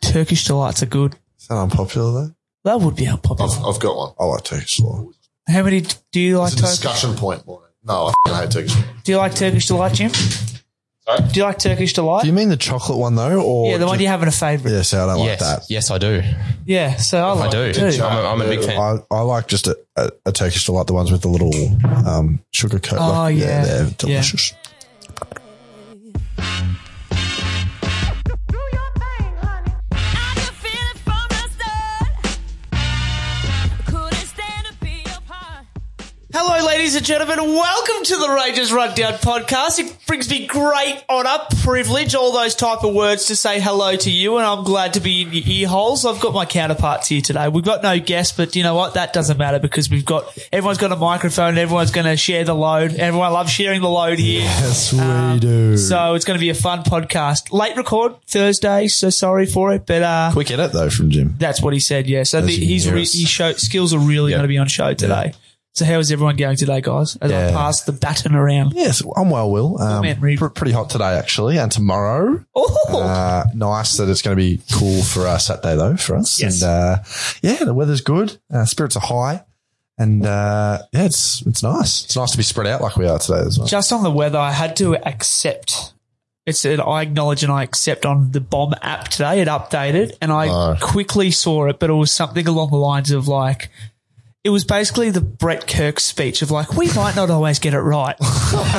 Turkish delights are good. Is that unpopular though? That would be unpopular. I've, I've got one. I like Turkish law. How many d- do you like? It's a Turkish? discussion point, Morning. No, I f***ing hate Turkish. Do you like Turkish delight, Jim? Sorry? Do you like Turkish delight? Do you mean the chocolate one though, or yeah, the one just- you're having a favourite. Yeah, so I don't yes, like that. yes, I do. Yeah. so I I like do. it too. I'm, a, I'm a big fan. I, I like just a, a, a Turkish delight, the ones with the little um, sugar coat. Oh, like, yeah. they're Yeah. delicious. Do your thing, honey. I could feel it from the start. Couldn't stand to be apart. Hello, ladies and gentlemen. Welcome to the Rangers Rundown podcast. It brings me great honour, privilege, all those type of words to say hello to you, and I'm glad to be in your ear holes. I've got my counterparts here today. We've got no guests, but you know what? That doesn't matter because we've got everyone's got a microphone. and Everyone's going to share the load. Everyone loves sharing the load here. Yes, we do. Um, So it's going to be a fun podcast. Late record Thursday, so sorry for it, but uh, Quick edit though from Jim. that's what he said. Yeah, so the, you can he's hear re- us. his show, skills are really going to be on show today. So how is everyone going today, guys? As I Yeah. pass the baton around. Yes, I'm well, Will. Um, Oh, man, Reed. pr- pretty hot today actually, and tomorrow. Oh, Uh, nice that it's going to be cool for uh, Saturday though for us. Yes. And uh, yeah, the weather's good. Uh, spirits are high, and uh, yeah, it's it's nice. It's nice to be spread out like we are today as well. just on the weather, I had to accept. It's an I acknowledge and I accept on the bomb app today. It updated, and I Oh. quickly saw it, but it was something along the lines of like. It was basically the Brett Kirk speech of like, we might not always get it right.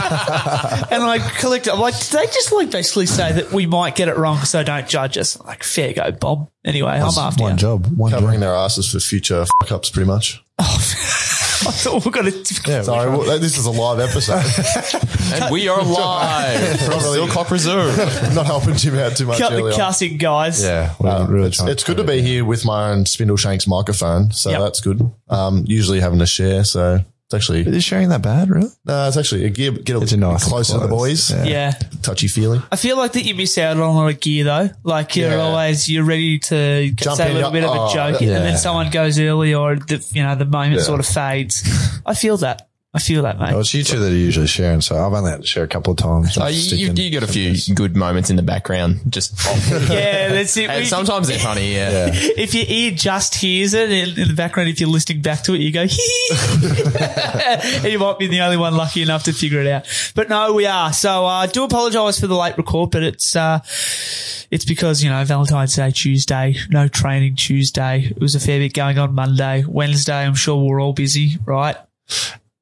and I collected, I'm like, did they just like basically say that we might get it wrong, so don't judge us? I'm like, fair go, Bob. Anyway, I'm after one you. job, one Covering job. their asses for future fuck ups, pretty much. I thought we got to. Sorry, well, that- this is a live episode. And we are live from Silcop Reserve. I'm not helping Jim out too much. Cut early the on. cussing, guys. Yeah, we're Uh, really it's, trying it's good to be here with my own Spindle Shanks microphone, so Yep. that's good. Um, usually having to share, so it's actually Is sharing that bad, really? no, it's actually a gear. Get a, It's a nice closer to the close, boys. yeah. Yeah. Touchy feely. I feel like that you miss out on a lot of gear though. Like you're Yeah. always you're ready to Jump say a in, little bit of a oh, joke, yeah. and then someone goes early, or the, you know the moment sort of fades. I feel that. I feel that, mate. Well, it's you two that are usually sharing, so I've only had to share a couple of times. Uh, you, you, you got a few good moments in the background. Just yeah, that's it. And We- sometimes they're funny. Yeah. if your ear just hears it in, in the background, if you're listening back to it, you go, and you might be the only one lucky enough to figure it out. But no, we are. So I uh, do apologise for the late record, but it's uh, it's because you know Valentine's Day Tuesday, no training Tuesday. It was a fair bit going on Monday, Wednesday. I'm sure we're all busy, right?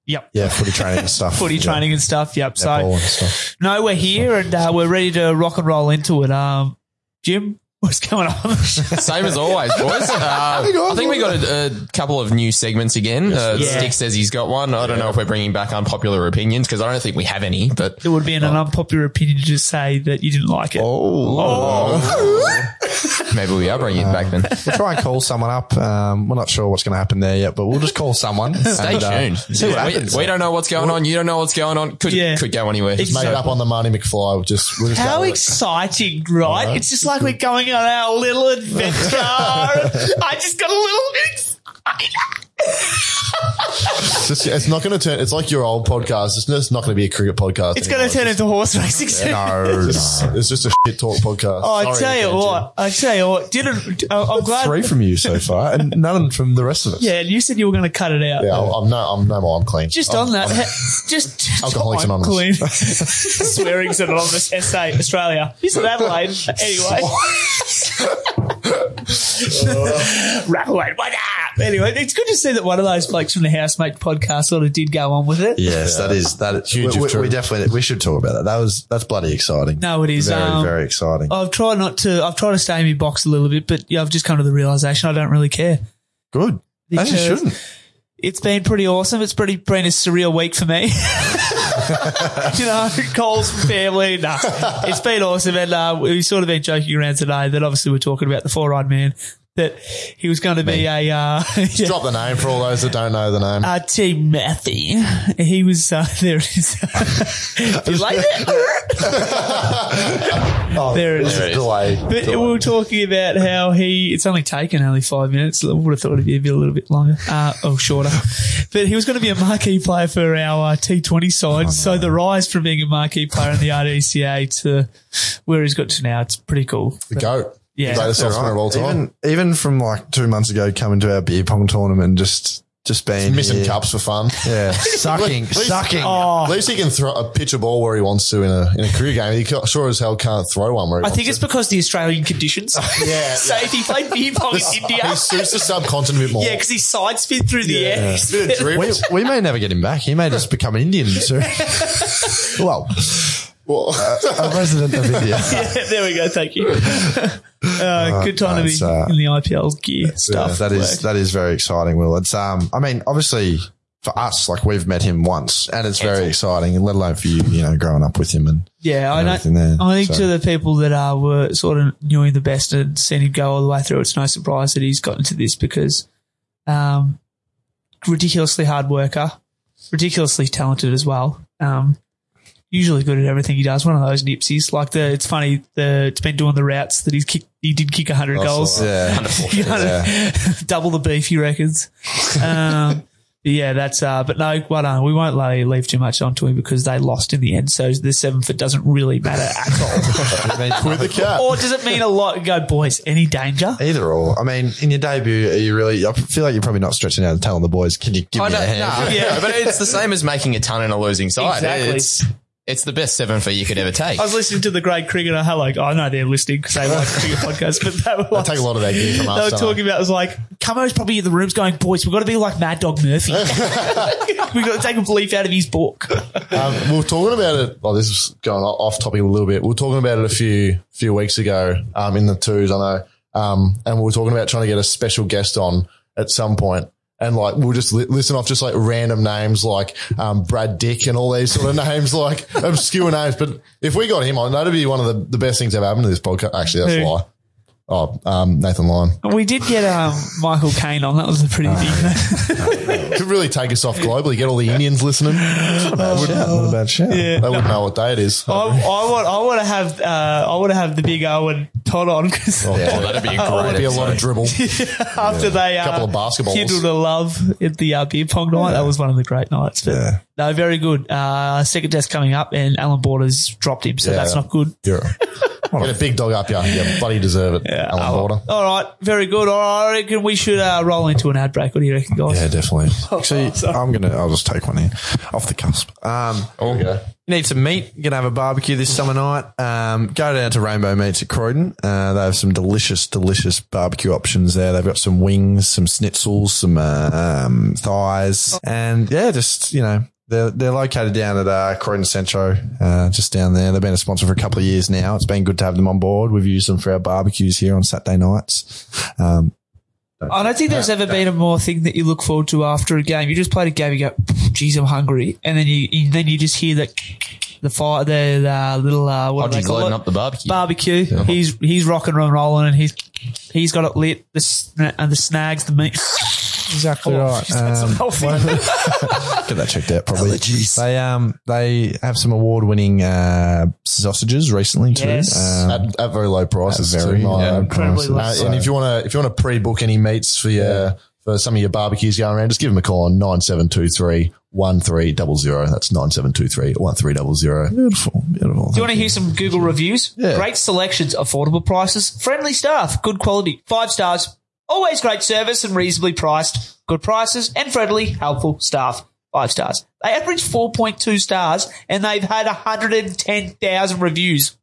Yep. yeah, footy training and stuff. Footy yeah. training and stuff. Yep. Netball So and stuff. no, we're here and uh, we're ready to rock and roll into it. Um, Jim, what's going on? Same as always, boys. Uh, I think we got a, a couple of new segments again. Uh, Yeah. Stick says he's got one. I don't know if we're bringing back unpopular opinions because I don't think we have any. But It would be an unpopular opinion to just say that you didn't like it. Oh. maybe we are bringing it back then. We'll try and call someone up. Um, we're not sure what's going to happen there yet, but we'll just call someone. Stay and, uh, tuned. see what Yeah, we- happens. we, don't know what's going on. You don't know what's going on. Could Yeah. could go anywhere. It's- Made So- it up on the Marty McFly. We'll just, we'll just go How with it. exciting, right? It's just like we're going on our little adventure. I just got a little bit excited. It's just- it's not going to turn. It's like your old podcast. It's just not going to be a cricket podcast. It's going to turn into horse racing. soon. No, no. It's just a shit talk podcast. Oh, I Sorry, tell you Kenji. what, I tell you what, didn't, uh, I'm glad. Three from you so far, and none from the rest of us. Yeah, and you said you were going to cut it out. Yeah, I'm I'm no, I'm no more. I'm clean. Just I'm- on that, I'm- just, just Alcoholics I'm Anonymous. clean. Swearing's an anonymous SA, Australia. He's in Adelaide. Anyway. Adelaide, what up? Anyway, it's good to see that one of those blokes from the Housemate podcast sort of did go on with it. Yes, that is that is Huge We, if we- true. we definitely we should talk about that. That was that's bloody exciting. No, it is, very um, very exciting. I've tried not to, I've tried to stay in my box a little bit, but yeah, I've just come to the realization I don't really care. Good. As you Because- shouldn't. It's been pretty awesome. It's pretty been a surreal week for me. you know, calls from family. Nah, it's been awesome. And uh, we sort of been joking around today that obviously we're talking about the four-eyed man. That he was going to be a uh, yeah, Drop the name for all those that don't know the name. uh, T. Matthew. He was uh, there. It is. Do you like that? Ah, there it is. There it is. Delay. But we were talking about how he, it's only taken only five minutes. I would have thought it'd be a, bit, a little bit longer, uh, or shorter. But he was going to be a marquee player for our uh, T20 side. So the rise from being a marquee player in the RDCA to where he's got to now, it's pretty cool. The goat. Yeah. Greatest That's off-spinner right. of all time. Even, even from like two months ago, coming to our beer pong tournament, just just being Missing here. cups for fun. yeah, sucking, Please- sucking. Oh, At least he can throw a pitch a ball where he wants to in a in a career game. He ca- sure as hell can't throw one where he I wants think it's because the Australian conditions. yeah. so if he played beer pong in to. India, He suits the subcontinent a bit more. yeah, because he side spin through the air. He's a bit of drift. we, we may never get him back. He may just become an Indian soon. well, Well, a resident of India. Yeah, there we go. Thank you. Uh, good time to that's, be uh, in the IPL gear stuff. Yeah, that is that is very exciting, Will. It's um, I mean, obviously for us, like we've met him once, and it's very exciting. Let alone for you, you know, growing up with him and Yeah, I everything don't. there, I think so. to the people that uh, were sort of knew him the best and seen him go all the way through, it's no surprise that he's gotten to this because, um, ridiculously hard worker, ridiculously talented as well. Um, usually good at everything he does. One of those nipsies, like the. It's funny. The it's been doing the routes that he's kicked. He did kick Oh, hundred goals. yeah, You know, double the beefy records. Um, but yeah, that's uh, but no, well done. We won't lay, leave too much onto him because they lost in the end, so the seven for doesn't really matter at all. with the cat. or does it mean a lot? Go, boys, any danger? either or. I mean, in your debut, are you really? I feel like you're probably not stretching out and telling the boys, "Can you give I Oh, me a don't, hand?" nah, Yeah. yeah, but it's the same as making a ton in a losing side. Exactly. It's it's the best seven for you could ever take. I was listening to the great cricketer. Hello, I know they're listening because they like cricket podcasts, but they were like, take a lot of that gear from us. they were don't talking about it was like Camo's probably in the rooms going, boys, we've got to be like Mad Dog Murphy. we've got to take a belief out of his book. Um, we were talking about it. Well, this is going o- off topic a little bit. We were talking about it a few few weeks ago um, in the twos, I know. Um, and we were talking about trying to get a special guest on at some point. And like we'll just li- listen off just like random names like um, Brad Dick and all these sort of names like obscure names. But if we got him on, that'd be one of the, the best things ever happened to this podcast. Actually, that's Who? a lie. Oh, um, Nathan Lyon We did get um, Michael Caine on. That was a pretty big. could really take us off globally. Get all the Indians listening. Shout, not a bad shout. They wouldn't know what day it is. I, I want I want to have uh, I want to have the big O and Todd on because Oh, that'd be a great That'd be a lot of dribble. after they uh, Couple of basketballs. kindled a love at the uh, beer pong night. That was one of the great nights. But Yeah. no, very good. Uh, second test coming up, and Alan Borders dropped him, so that's not good. Yeah. Get a big dog up, yeah. You bloody deserve it, Alan Border. Oh. All right, very good. All right, I reckon we should uh, roll into an ad break. What do you reckon, guys? Yeah, definitely. Oh, Actually, I'm gonna. I'll just take one here off the cusp. Um, There we go. you need some meat. You're gonna have a barbecue this summer night. Um, go down to Rainbow Meats at Croydon. Uh, they have some delicious, delicious barbecue options there. They've got some wings, some schnitzels, some uh, um, thighs, and yeah, just you know. They're, they're located down at uh, Croydon Centro, uh, just down there. They've been a sponsor for a couple of years now. It's been good to have them on board. We've used them for our barbecues here on Saturday nights. Um, I don't think there's ever been a more thing that you look forward to after a game. You just played a game, you go, "Geez, I'm hungry," and then you, you then you just hear that the fire, the, uh, little uh, what do they Hodges call loading it? up the barbecue. barbecue. He's he's rocking and rolling, and he's he's got it lit. The sna- and the snags, the meat. exactly right. Um, get that checked out probably. They um they have some award winning uh, sausages recently too. Yes. Um, At, at very low prices. very, too, my- yeah, incredibly low. Uh, and if you want to, if you want to pre-book any meats for your for some of your barbecues going around, just give them a call on nine seven two three one three double zero. That's nine seven two three one three double zero. beautiful, beautiful. Do you want to hear some Google reviews? Yeah. Great selections, affordable prices, friendly staff, good quality, five stars. Always great service and reasonably priced. Good prices and friendly, helpful staff. Five stars. They average 4.2 stars and they've had 110,000 reviews.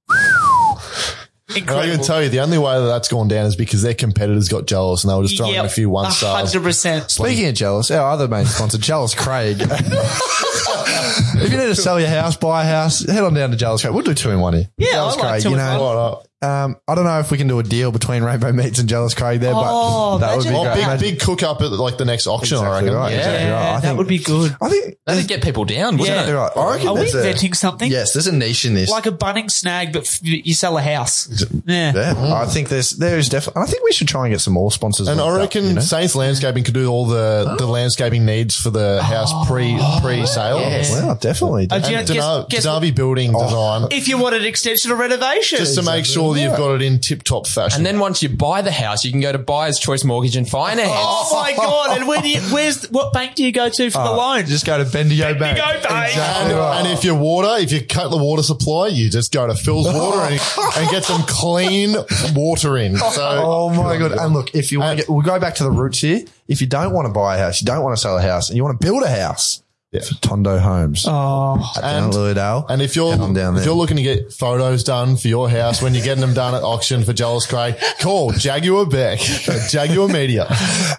And I can Incredible. tell you, the only way that that's gone down is because their competitors got jealous and they were just throwing in a few one stars. 100%. Speaking of jealous, our other main sponsor, Jealous Craig. if you need to sell your house, buy a house, head on down to Jealous Craig. We'll do two in one here. Yeah, Jealous I like two you in one. know. Um, I don't know if we can do a deal between Rainbow Meats and Jealous Craig there, Oh, but that would be imagine great. Oh, big, Imagine- big cook up at like the next auction, Exactly I reckon. right, Yeah. exactly right. I Yeah, that think- would be good. I think That'd get people down, wouldn't Yeah. it? you're right. I reckon Are we there's a- inventing something? Yes, there's a niche in this. Like a bunning snag, but f- you sell a house. Yeah. Yeah, I think there's there is definitely. I think we should try and get some more sponsors. Mm-hmm. And like I that, reckon you know? Saints Landscaping could do all the, the landscaping needs for the house Oh, pre pre sale. yes. Wow, definitely. Uh, do you know, guess, guess what? Oh, Building Design. if you wanted an extension or renovation. Just to make sure sure that you've got it in tip top fashion. And then once you buy the house, you can go to Buyer's Choice Mortgage and Finance. Oh my god! And where do you, where's what bank do you go to for the loan? Uh, Just go to Bendigo Bank. Bendigo Bank. And, Exactly right. and if your water, if you cut the water supply, you just go to Phil's Water and, and get some clean water in. So Oh my god! And look, if you want to get, we'll go back to the roots here. If you don't want to buy a house, you don't want to sell a house, and you want to build a house, Yeah. for Tondo Homes Oh, at Mount Lilydale. And if you're Get on down if there. you're looking to get photos done for your house when you're getting them done at auction for Joel's Cray, call Jaguar Beck, uh, Jaguar Media.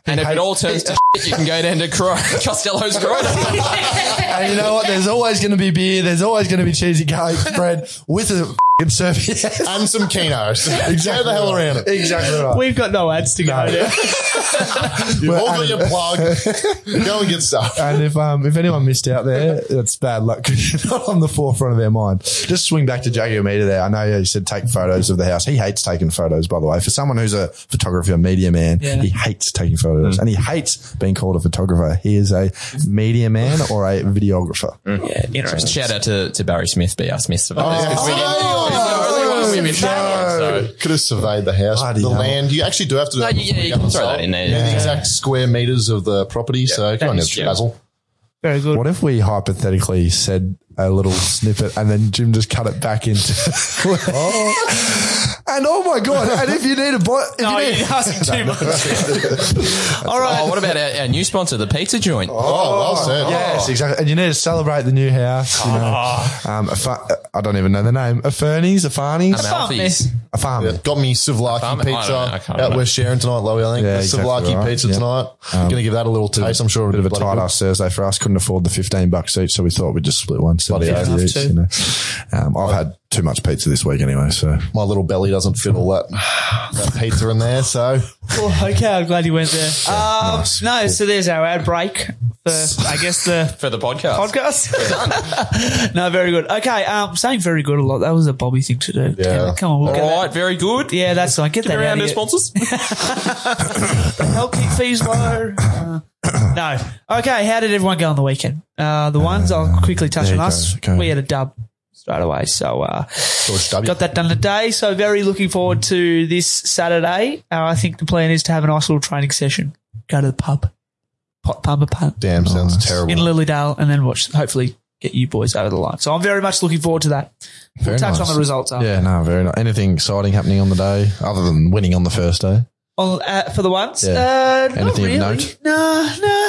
and if it all turns to shit, you can go down to Cro- Costello's Grotto. And you know what? There's always going to be beer. There's always going to be cheesy cake, bread with a f***ing serviette. And some kinos. Exactly. the hell around it. Exactly right. we've got no ads to go. to. You've all got your plug. Go and get stuff. And if um, if anyone missed out there, that's bad luck. 'cause You're not on the forefront of their mind. Just swing back to Jaguar Media there. I know you said take photos of the house. He hates taking photos, by the way. For someone who's a photographer, media man, he hates taking photos and he hates being called a photographer. He is a media man or a videographer. Yeah, interesting. Shout out to, to Barry Smith, BR Smith. for Oh, this, 'cause we didn't- Oh, we didn't no. Oh, that one, so. Could have surveyed the house, Bloody the hell. land. You actually do have to do No, that you- yeah, you before can go throw on that site. in there, Yeah, yeah. The exact square meters of the property. So go on, That is true. Basil. Very good. What if we hypothetically said a little snippet and then Jim just cut it back into? And oh my god! And if you need a buy, if No, you you're need, asking too much. All right. Oh, what about our, our new sponsor, the pizza joint? Oh, well said. Yes, exactly. And you need to celebrate the new house. You know, um, a fa- I don't even know the name. A Fernie's, a Farnies, Amalfi's. a farm. Yeah, Oh. got me Farm- Savlaki I don't know, I pizza can't out remember. we're sharing tonight, Lowy. I think Yeah, The exactly Savlaki right, pizza yeah. Um, tonight. Gonna give that a little taste. I'm sure Bit it'll of be a tight bloody good. ass Thursday for us. Couldn't afford the fifteen bucks each, so we thought we'd just split one. Bloody hell. each, Have to. you know. um, I've had too much pizza this week anyway, so My little belly doesn't fit all that that pizza in there. So Well, Oh, okay, I'm glad you went there. Um, No, so there's our ad break for, I guess, the for the podcast. podcast. no, very good. Okay, um, saying very good a lot. That was a Bobby thing to do. Yeah. Come on, we'll get All that. right, very good. Yeah, that's fine. Get that out Around of our here. sponsors. Help keep fees low. Uh-huh. Uh, no. Okay, how did everyone go on the weekend? Uh, the ones, I'll quickly touch there on you us. go, okay. We had a dub straight away, so uh, George W. got that done today. So very looking forward to this Saturday. Uh, I think the plan is to have a nice little training session. Go to the pub. Pot pumper pub. Damn, sounds in terrible. Lilydale and then watch, hopefully get you boys over the line. So I'm very much looking forward to that. Very We'll touch nice. on the results after. yeah, no, very nice. Anything exciting happening on the day other than winning on the first day? On, uh, for the ones, Yeah. uh, not Anything of really. note? No, no,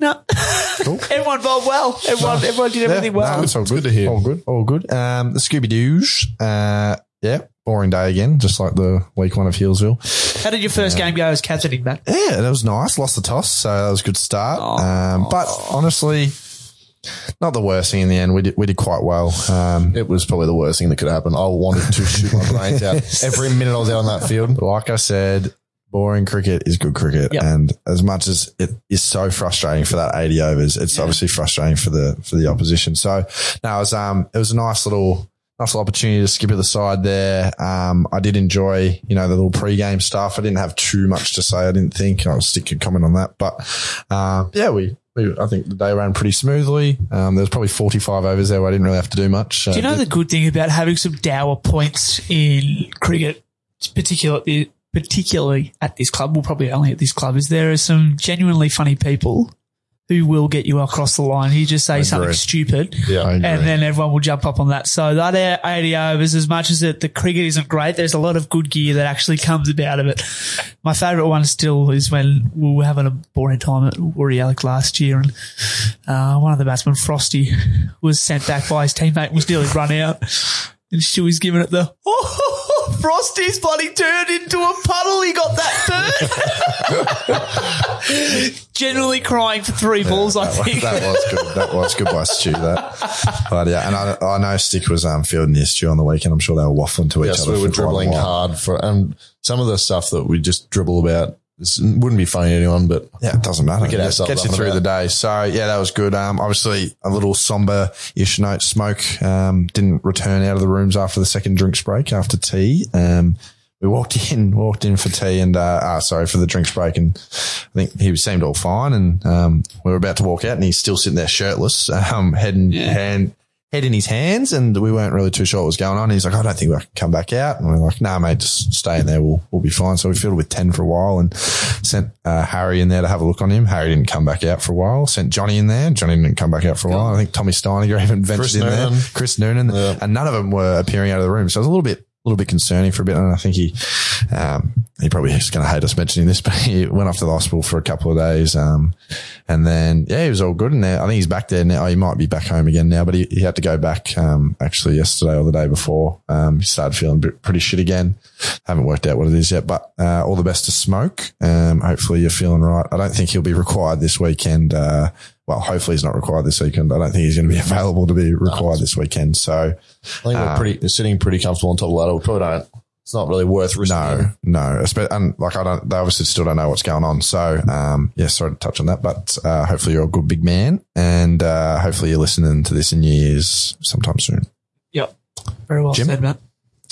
no. everyone bowled well. Everyone, everyone did everything Yeah, well. no, it's all good. to hear. All good. All good. Um, the Scooby Doo's. Uh, yeah, boring day again, just like the week one of Hillsville. How did your first game go as captaining, Matt? Yeah, that was nice. Lost the toss, so that was a good start. Um, but honestly, not the worst thing in the end. We did, we did quite well. Um, It was probably the worst thing that could happen. I wanted to shoot my brains out every minute I was out on that field. like I said, boring cricket is good cricket, Yep. and as much as it is so frustrating for that eighty overs, it's obviously frustrating for the for the opposition. So no, it was um, it was a nice little. Nice little opportunity to skip at the side there. Um, I did enjoy, you know, the little pre-game stuff. I didn't have too much to say. I didn't think I'll stick a comment on that, but uh, yeah, we, we. I think the day ran pretty smoothly. Um, there was probably forty-five overs there. Where I didn't really have to do much. Uh, Do you know the good thing about having some dour points in cricket, particularly particularly at this club, well, probably only at this club, is there are some genuinely funny people who will get you across the line. You just say something stupid, Yeah. and then everyone will jump up on that. So that air- 80 overs, as much as it, the cricket isn't great, there's a lot of good gear that actually comes about of it. My favourite one still is when we were having a boring time at Warri Alec last year and uh, one of the batsmen, Frosty, was sent back by his teammate and was nearly run out. And Stewie's giving it the, oh, Frosty's bloody turned into a puddle. He got that bird. Generally crying for three balls, I That was- think. that was good. That was good by Stu. That, but yeah, and I, I know Stick was um, fielding his Stu on the weekend. I'm sure they were waffling to each Yes, other. we were for quite a dribbling while. hard for, and some of the stuff that we just dribble about this wouldn't be funny to anyone, but Yeah, it doesn't matter. get It ourselves gets you up and through the about. day. So yeah, that was good. Um, obviously a little somber-ish note. Smoke um, didn't return out of the rooms after the second drinks break after tea. Um, we walked in, walked in for tea and uh, ah, sorry for the drinks break, and I think he seemed all fine. And um, we were about to walk out, and he's still sitting there shirtless, um, head and hand head in his hands, and we weren't really too sure what was going on. He's like, I don't think I can come back out. And we're like, nah, mate, just stay in there. We'll, we'll be fine. So we filled with 10 for a while and sent uh, Harry in there to have a look on him. Harry didn't come back out for a while. Sent Johnny in there. Johnny didn't come back out for a while. I think Tommy Steiniger even ventured Chris in Noonan. there. Chris Noonan. And none of them were appearing out of the room. So it was a little bit, a little bit concerning for a bit. And I think he, um, he probably is going to hate us mentioning this, but he went off to the hospital for a couple of days. Um, and then, yeah, he was all good. And now I think he's back there now. He might be back home again now, but he, he had to go back, um, actually yesterday or the day before. Um, he started feeling bit- pretty shit again. Haven't worked out what it is yet, but, uh, all the best to smoke. Um, hopefully you're feeling right. I don't think he'll be required this weekend. Uh, well, hopefully he's not required this weekend. I don't think he's going to be available to be required this weekend. So, I think we're pretty sitting pretty comfortable on top of the ladder. We probably don't. It's not really worth risking. No, no. Espe- And like, I don't, they obviously still don't know what's going on. So, um, yeah, sorry to touch on that, but, uh, hopefully you're a good big man and, uh, hopefully you're listening to this in your ears sometime soon. Yep. Very well Jim? said, Matt.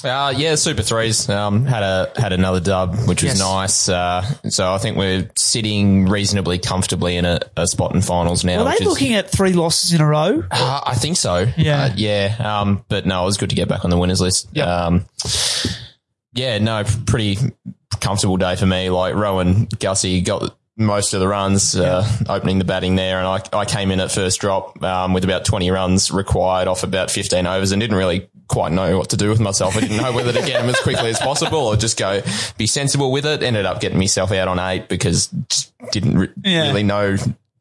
Uh, yeah, Super Threes um, had a had another dub, which Yes. was nice. Uh, so I think we're sitting reasonably comfortably in a, a spot in finals now. Were which they is- looking at three losses in a row? Uh, I think so. Yeah. Uh, yeah. Um, but no, it was good to get back on the winners list. Yep. Um, yeah, no, p- pretty comfortable day for me. Like Rowan Gussie got most of the runs, uh, opening the batting there. And I, I came in at first drop, um, with about 20 runs required off about 15 overs and didn't really quite know what to do with myself. I didn't know whether to get him as quickly as possible or just go be sensible with it. Ended up getting myself out on eight because just didn't re- Yeah. really know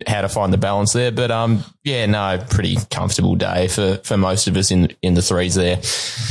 how to find the balance there. But um, yeah, no, pretty comfortable day for, for most of us in in the threes there.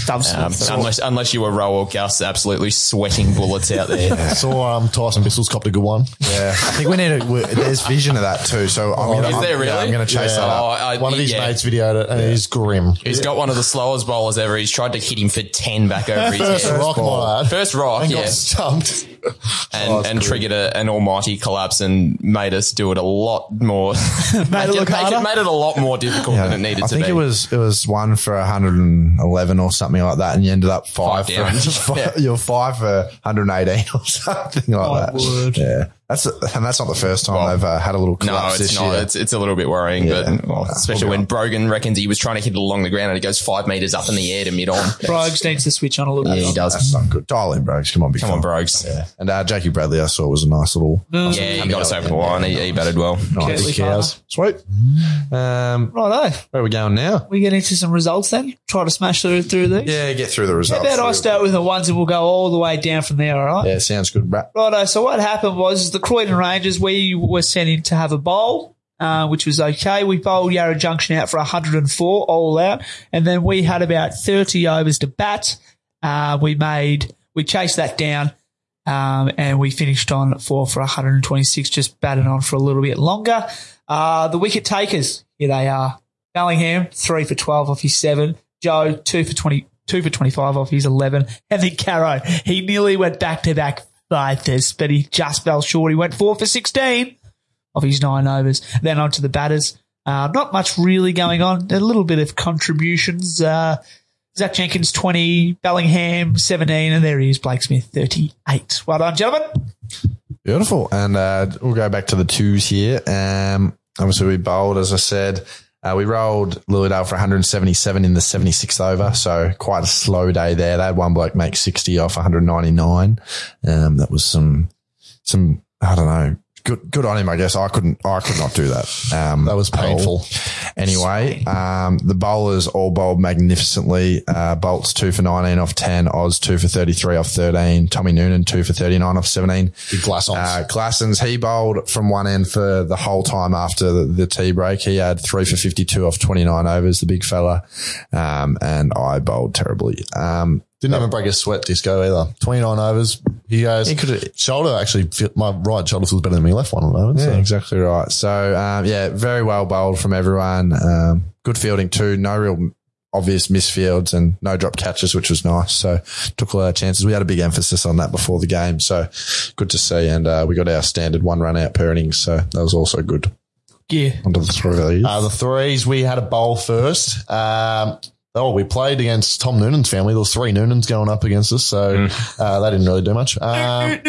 Doves. Um, unless unless you were Roel or Gus, absolutely sweating bullets out there. So um, Tyson Bissell's copped a good one. Yeah. I think we need to, we- there's vision of that too. So I'm going to, Oh, Is I'm, there really? yeah, I'm going to chase Yeah. that up. Oh, I- one of his yeah. mates videoed it, and he's grim. He's got one of the slowest bowlers ever. He's tried to hit him for ten back over his First head. rock, my lad. First rock, And yeah, got stumped. and, Oh, that's and cool. triggered a, an almighty collapse and made us do it a lot more. made, look made harder? made it a lot more difficult than Oh, it needed I to think be. it was it was one for 111 or something like that, and you ended up five, Five down. for Yeah. five, you're five for 118 or something like My that. word. Yeah, that's and that's not the first time they've uh, had a little No, collapse it's this not. year. It's, it's a little bit worrying, but well, especially when Brogan reckons he was trying to hit it along the ground and it goes five meters up in the air to mid on. Brogues needs to switch on a little Yeah, he bit. does. That's not good. Dial in, Brokes. Come on, big Come on, Brogues. Yeah, And uh, Jackie Bradley, I saw was a nice little. Mm. he got us over the line. He, he batted well. Nice. Carefully, Cows. Sweet. Um, Righto. where are we going now? We get into some results then. Try to smash through through these. Yeah, get through the How results. about I start with the ones and we'll go all the way down from there, all right? Yeah, sounds good, Brad. Righto. So what happened was the Croydon Rangers, we were sent in to have a bowl, uh, which was okay. We bowled Yarra Junction out for 104 all out. And then we had about 30 overs to bat. Uh, we made, we chased that down. Um, and we finished on four for 126, just batted on for a little bit longer. Uh, the wicket takers, here they are. Bellingham, three for 12 off his seven. Joe, two for 20, two for 25 off his 11. And then Caro, he nearly went back to back like this, but he just fell short. He went four for 16 of his nine overs. Then on to the batters. Uh, not much really going on. A little bit of contributions. Uh, Zach Jenkins, 20, Bellingham, 17, and there he is, Blake Smith, 38. Well done, gentlemen. Beautiful. And uh, we'll go back to the twos here. Um, obviously, we bowled, as I said. Uh, we rolled Lilydale for 177 in the 76th over, so quite a slow day there. They had one bloke make 60 off 199. Um, that was some, some I don't know, good good on him, I guess. I couldn't, I could not do that. Um, That was at all. painful. Anyway, um, the bowlers all bowled magnificently. Uh, Bolts two for 19 off 10, Oz two for 33 off 13, Tommy Noonan two for 39 off 17. Big glass on. Uh, Glassons, he bowled from one end for the whole time after the, the tea break. He had three for 52 off 29 overs, the big fella. Um, and I bowled terribly. Um, Didn't even break a sweat disco either. 29 overs. He goes, He could've- shoulder actually, feel, my right shoulder feels better than my left one at the moment. yeah, so. exactly right. So, um, yeah, very well bowled from everyone. Um, good fielding too. No real obvious misfields and no drop catches, which was nice. So took a lot of chances. We had a big emphasis on that before the game. So good to see. And, uh, we got our standard one run out per innings. So that was also good. Yeah. Onto the three. Uh, the threes, we had a bowl first. Um, oh, we played against Tom Noonan's family. There was three Noonans going up against us, so uh, they didn't really do much. Um,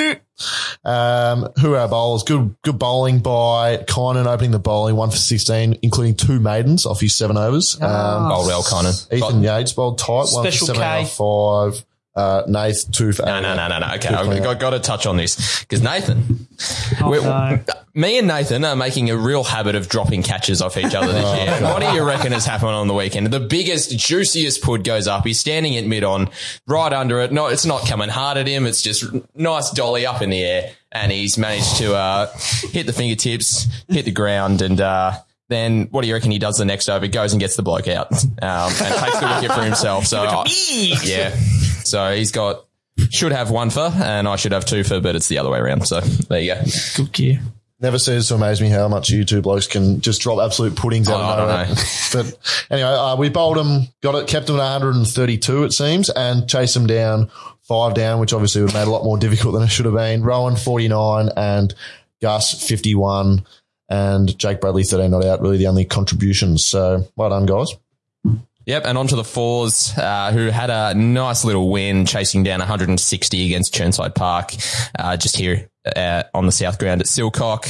Um, who are our bowlers? Good, good bowling by Kynan opening the bowling, one for 16, including two maidens off his seven overs. Um, Bowled well, Conan. Ethan Yates bowled tight, one for Special seven K. out of five. Uh, Nath, two for No, eight. no, no, no, no. Okay, I've got, got to touch on this because Nathan, we- no. me and Nathan are making a real habit of dropping catches off each other this year. What do you reckon has happened on the weekend? The biggest, juiciest pud goes up. He's standing at mid on, right under it. No, it's not coming hard at him. It's just nice dolly up in the air, and he's managed to uh, hit the fingertips, hit the ground, and. Uh, then what do you reckon he does the next over? Goes and gets the bloke out um, and takes the wicket for himself. So I- yeah, so he's got should have one for, and I should have two for, but it's the other way around. So there you go. Good gear. Never ceases to amaze me how much you two blokes can just drop absolute puddings out Oh, I of don't nowhere. know. but anyway, uh, we bowled him, got it, kept him at 132, it seems, and chased him down five down, which obviously would have made it a lot more difficult than it should have been. Rowan 49 and Gus 51 and Jake Bradley 13 not out. Really the only contributions. So well done, guys. Yep, and onto the fours, uh, who had a nice little win, chasing down 160 against Churnside Park, uh, just here uh, on the south ground at Silcock.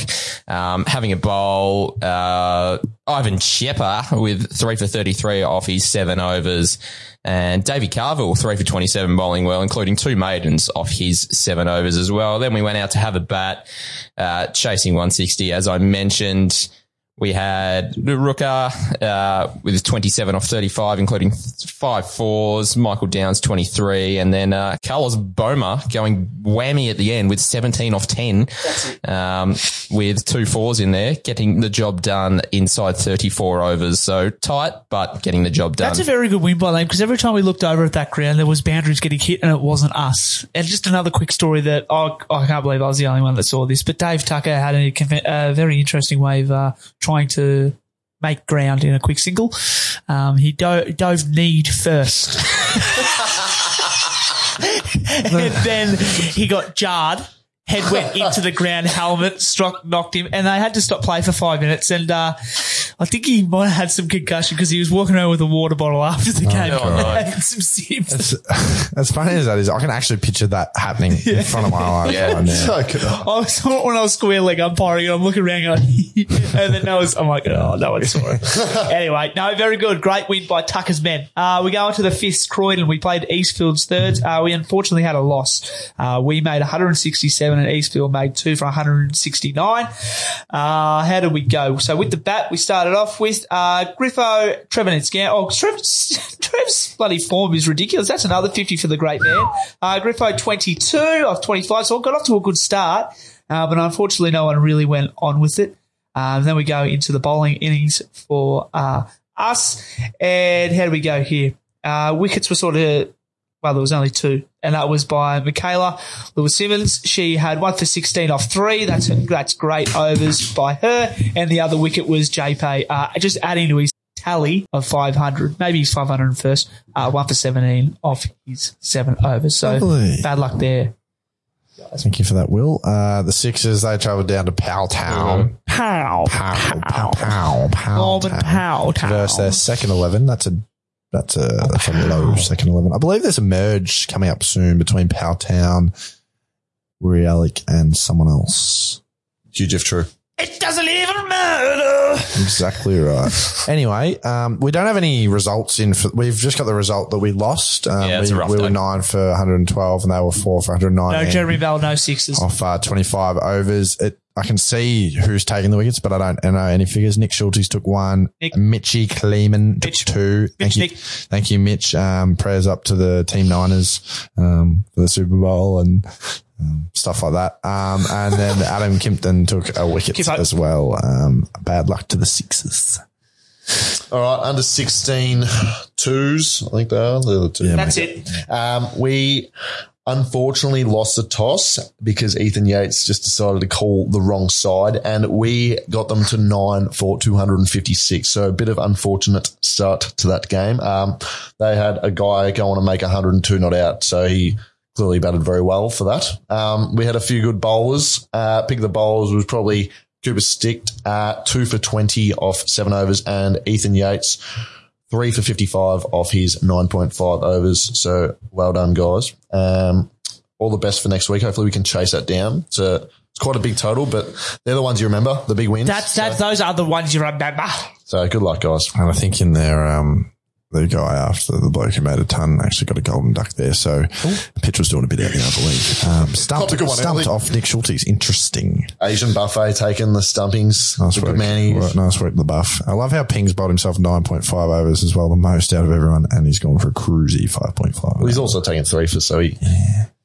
Um, having a bowl, uh, Ivan Shepper with three for 33 off his seven overs, and Davey Carville three for 27 bowling well, including two maidens off his seven overs as well. Then we went out to have a bat, uh, chasing 160, as I mentioned. We had Ruka uh, with 27 off 35, including five fours, Michael Downs 23, and then uh, Carlos Boma going whammy at the end with 17 off 10, um, with two fours in there, getting the job done inside 34 overs. So tight, but getting the job done. That's a very good win by them because every time we looked over at that ground, there was boundaries getting hit and it wasn't us. And just another quick story that oh, I can't believe I was the only one that saw this, but Dave Tucker had a, conve- a very interesting way of uh, trying to make ground in a quick single. Um, he do- dove need first. and then he got jarred. Head went into the ground, helmet struck, knocked him, and they had to stop play for five minutes. And uh, I think he might have had some concussion because he was walking around with a water bottle after the game. Oh, God. Had some sips. As funny as that is, I can actually picture that happening in front of my eyes. right now. Okay. I saw it when I was square leg umpiring, and I'm looking around going, and then no, I'm like, oh, no one saw it. anyway, no, very good. Great win by Tucker's men. Uh, we go on to the fifth, Croydon. We played Eastfield's thirds. Uh, we unfortunately had a loss. Uh, we made 167 and Eastfield made two for 169. Uh, how did we go? So with the bat, we started off with, uh, Griffo, Trevor and Scout. Oh, Trev's, Trev's bloody form is ridiculous. That's another 50 for the great man. Uh, Griffo 22 off 25. So I got off to a good start. Uh, but unfortunately, no one really went on with it. Um, then we go into the bowling innings for uh, us. And how do we go here? Uh, wickets were sort of, well, there was only two. And that was by Michaela Lewis Simmons. She had one for 16 off three. That's that's great overs by her. And the other wicket was JP, uh, just adding to his tally of 500. Maybe he's 501st. Uh, one for 17 off his seven overs. So Lovely. bad luck there. Thank you for that, Will. Uh, the Sixers, they travelled down to Mm-hmm. Powtown. Pow. Pow, pow, pow, pow. Norman Powell. Oh, Versus their second 11. That's a, that's a, that's a low second 11. I believe there's a merge coming up soon between Powtown, Wurialik, and someone else. Huge if true. It doesn't even matter. Exactly right. anyway, um, we don't have any results in. For, we've just got the result that we lost. Um, Yeah, we, it's a rough we were day. nine for 112 and they were four for 109. No Jeremy Bell, no sixes. off uh, 25 overs. It, I can see who's taking the wickets, but I don't know any figures. Nick Schultes took one. Nick. Mitchy Kleeman took Mitch. two. Mitch, thank you, Nick. thank you, Mitch. Um, prayers up to the team Niners um, for the Super Bowl and um, stuff like that. Um, and then Adam Kimpton took a wicket Kippo. as well. Um, bad luck to the Sixers. All right. Under 16 twos. I think they are. They're the two. That's it. Um, we unfortunately lost the toss because Ethan Yates just decided to call the wrong side and we got them to nine for 256. So a bit of unfortunate start to that game. Um, they had a guy go on and make 102 not out. So he clearly batted very well for that. Um, we had a few good bowlers. Uh, pick of the bowlers was probably Cooper Sticked, uh, two for 20 off seven overs and Ethan Yates three for 55 off his 9.5 overs. So well done, guys. Um, all the best for next week. Hopefully, we can chase that down. So it's quite a big total, but they're the ones you remember, the big wins. That's, that's those are the ones you remember. so good luck, guys. And I think in their um the guy after the bloke who made a ton actually got a golden duck there. So Pitch was doing a bit out there, I believe. Um, stumped Popped a good one stumped early. off Nick Schulte's. Interesting. Asian buffet taking the stumpings. Nice the work. good man he is. Work- Nice work, the buff. I love how Ping's bowled himself 9.5 overs as well, the most out of everyone, and he's gone for a cruisy 5.5. He's also taking three for so he.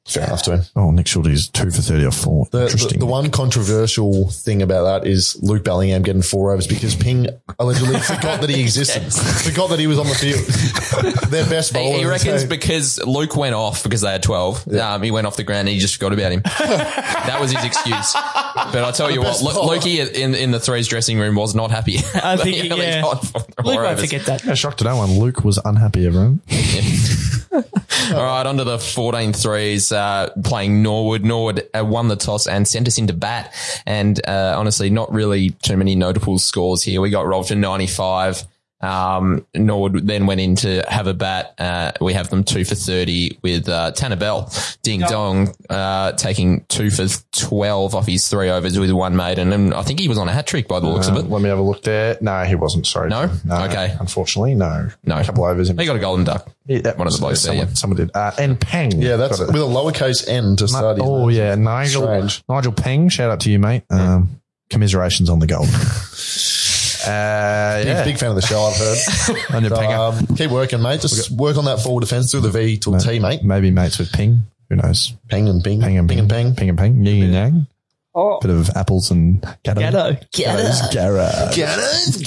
Fair enough to him. oh, Nick Schulte's 2 for 30 off 4. The, the, Interesting. the one controversial thing about that is Luke Bellingham getting four overs because Ping allegedly forgot that he existed, forgot that he was on the field. Their best bowler. He, he in the reckons team. because Luke went off because they had 12. Um, he went off the ground and he just forgot about him. that was his excuse. But I tell you what, best Lu- bowler. Lukey in, in the threes dressing room was not happy. I think, He only yeah. got four Luke won't overs. forget that. yeah, shocked at that one. Luke was unhappy, everyone. All right, onto the 14 threes, uh, playing Norwood. Norwood uh, won the toss and sent us into bat. And uh, honestly, not really too many notable scores here. We got rolled to 95. Um, Norwood then went in to have a bat. Uh, we have them two for 30 with uh, Tanner Bell, ding dong, uh, taking two for 12 off his three overs with one maiden. And I think he was on a hat trick by the looks of it. Let me have a look there. No, he wasn't. Sorry. No? Okay. Unfortunately, no. No. A couple overs. in- He got a golden duck. Yeah, that one of the blokes there, Someone, yeah. someone did. Uh, and Peng. Yeah, that's got with a lowercase n to start. isn't Oh it? yeah, Nigel Strange. Nigel Peng. Shout out to you, mate. Hmm. Um, commiserations on the goal. Uh, Big- yeah, Big fan of the show, I've heard. on your So, Penger. um, keep working, mate. Just work on that forward defence through the V till T, uh, mate. Uh, Maybe mates with Ping. Who knows? Ping and ping, Ping and Ping, and ping. Ping and Ping. Yin and Yang. Oh. Bit of apples and gatto. Gatto. Gatto's Gatto. Gareth,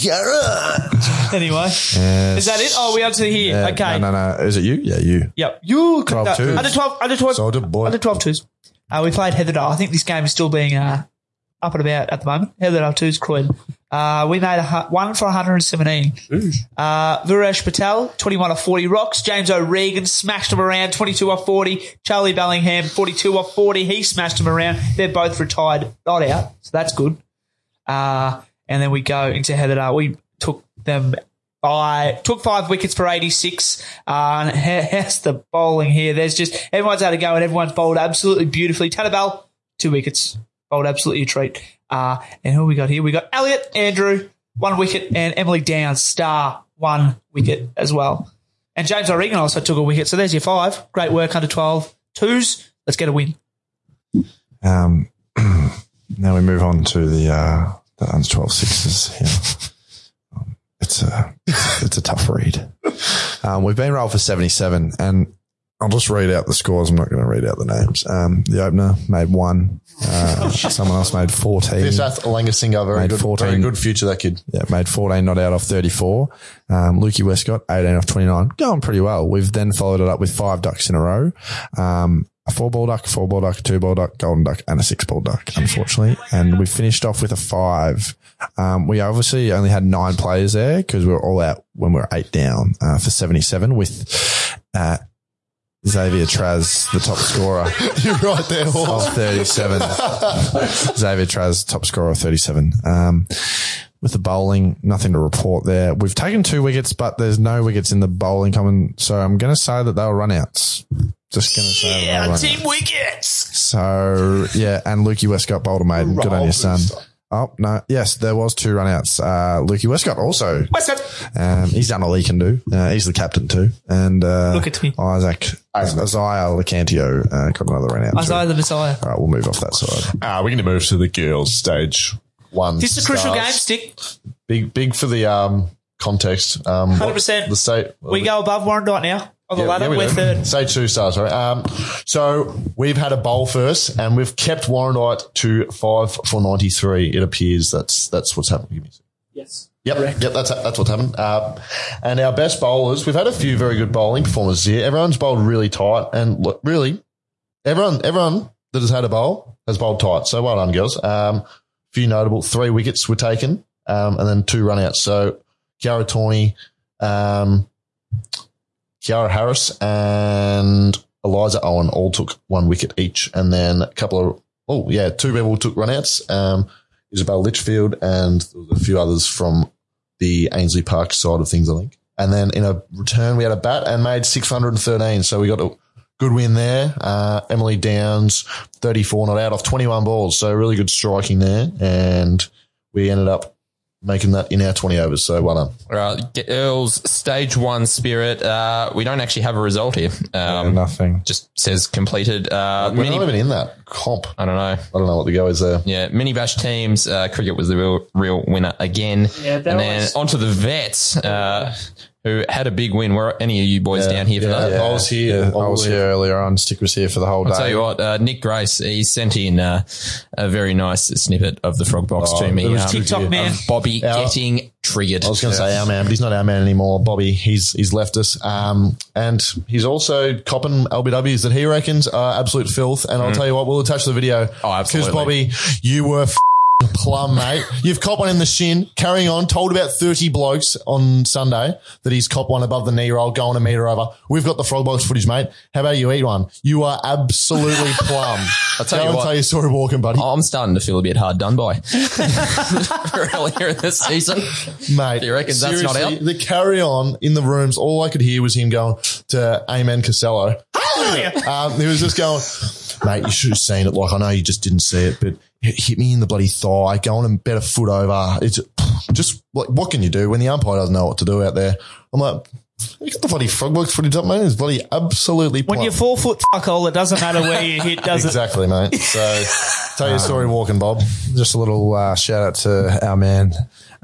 Gareth. Anyway, is that it? Oh, we are to here. Yeah, okay. No, no, no. Is it you? Yeah, you. Yep. You could 12 no, twos. under twelve under twelve Soldier boy. under twelve twos. Uh, we played Heatherdale. I think this game is still being uh, up and about at the moment. Heatherdale twos Croydon. Uh, we made a, hu- one for 117. Uh, Viresh Patel, 21 off 40 rocks. James O'Regan smashed him around, 22 off 40. Charlie Bellingham, 42 off 40. He smashed him around. They're both retired, not out. So that's good. Uh, and then we go into Heatherdale. We took them. I took five wickets for 86. Uh, and he- here's the bowling here. There's just everyone's had a go and everyone's bowled absolutely beautifully. Tannabell, two wickets. Bowled absolutely a treat. Uh, and who we got here? We got Elliot, Andrew, one wicket, and Emily Downs, star, one wicket as well. And James O'Regan also took a wicket. So there's your five. Great work under 12. Twos. Let's get a win. Um, now we move on to the uh, the under 12 sixes here. Um, It's a it's a tough read. Um, we've been rolled for seventy seven, and I'll just read out the scores. I'm not going to read out the names. Um, the opener made one. Uh, someone else made fourteen. This Ath Langasinga, very Made good, 14. very good future. That kid. Yeah, made 14 not out off 34. Um, Lukey Westcott, 18 off 29. Going pretty well. We've then followed it up with five ducks in a row. Um, a four ball duck, four ball duck, two ball duck, golden duck, and a six ball duck, unfortunately. And we finished off with a five. Um, we obviously only had nine players there because we were all out when we were eight down uh, for 77 with uh, Xavier Traz, the top scorer You're right there, horse. of 37. Xavier Traz, top scorer of 37. Um, with the bowling, nothing to report there. We've taken two wickets, but there's no wickets in the bowling common. So I'm going to say that they were runouts. Just going to say yeah, they were team wickets. So, yeah, and Lukey Westcott bowled a maiden. Good on your son. Oh, no. Yes, there was two runouts. Uh, Lukey Westcott also. What's up? Um, he's done all he can do. Uh, he's the captain too. And uh, Look at me. Isaac, Isaiah Licantio uh, got another run out. too. Isaiah the Messiah. All right, we'll move off that side. Ah, we're going to move to the girls stage. One. This is a crucial stars. game, Stick. Big, big for the um, context. Um, what- 100%. The state. We go above Warren Dot now on the ladder. we we're do. third. Say two stars, sorry. Um, so we've had a bowl first, and we've kept Warrenite to five for ninety three. It appears that's that's what's happened. Give me a second. Yes. Yep, yep, that's that's what's happened. Uh, and our best bowlers, we've had a few very good bowling performances here. Everyone's bowled really tight, and look, really, everyone everyone that has had a bowl has bowled tight. So well done, girls. Um, few notable three wickets were taken, um, and then two runouts. So Kiara Tawney, um, Kiara Harris, and Eliza Owen all took one wicket each, and then a couple of oh yeah, two people took runouts. Um, Isabel Litchfield and there was a few others from the Ainsley Park side of things, I think. And then in a return, we had a bat and made 613. So we got a Good win there. Uh, Emily Downs, 34 not out off 21 balls. So really good striking there. And we ended up making that in our 20 overs. So well done. Right, get Earls stage one spirit. Uh, we don't actually have a result here. Um, Nothing. Just says completed. Uh, We're mini, not even in that comp. I I don't know. don't know what the go is there. Yeah, mini bash teams. Uh, cricket was the real, real winner again. Yeah, and that then was- onto the vets, uh, who had a big win. Were any of you boys down here for that? I was here. Yeah, I was here earlier on. Stick was here for the whole day. I'll tell you what, uh, Nick Grace, he sent in uh, a very nice snippet of the frog box Oh, to me. um, TikTok man. Bobby Our- getting triggered. I was going to say our man, but he's not our man anymore. Bobby, he's he's left us, um, and he's also copping LBWs that he reckons are absolute filth. And I'll tell you what, we'll attach the video. Mm. Oh, absolutely. Bobby, you were f- plum, mate. You've copped one in the shin. Carrying on, told about thirty blokes on Sunday that he's copped one above the knee roll, going a meter over. We've got the frog box footage, mate. How about you eat one? You are absolutely plum. I'll tell you Go and what. tell your story walking, buddy. I'm starting to feel a bit hard done by earlier in the season. Mate, You reckon that's not seriously, out? The carry on in the rooms, all I could hear was him going to Amen Costello. um, he was just going, mate, you should have seen it. Like, I know you just didn't see it, but it hit me in the bloody thigh, going and bet a foot over. It's just like, what can you do when the umpire doesn't know what to do out there? I'm like, you got the bloody frog box footage up, man. It's bloody absolutely When plump." you're four foot fuckhole, it doesn't matter where you hit, does it? Exactly, mate. So tell your story walking, Bob. Just a little uh, shout out to our man,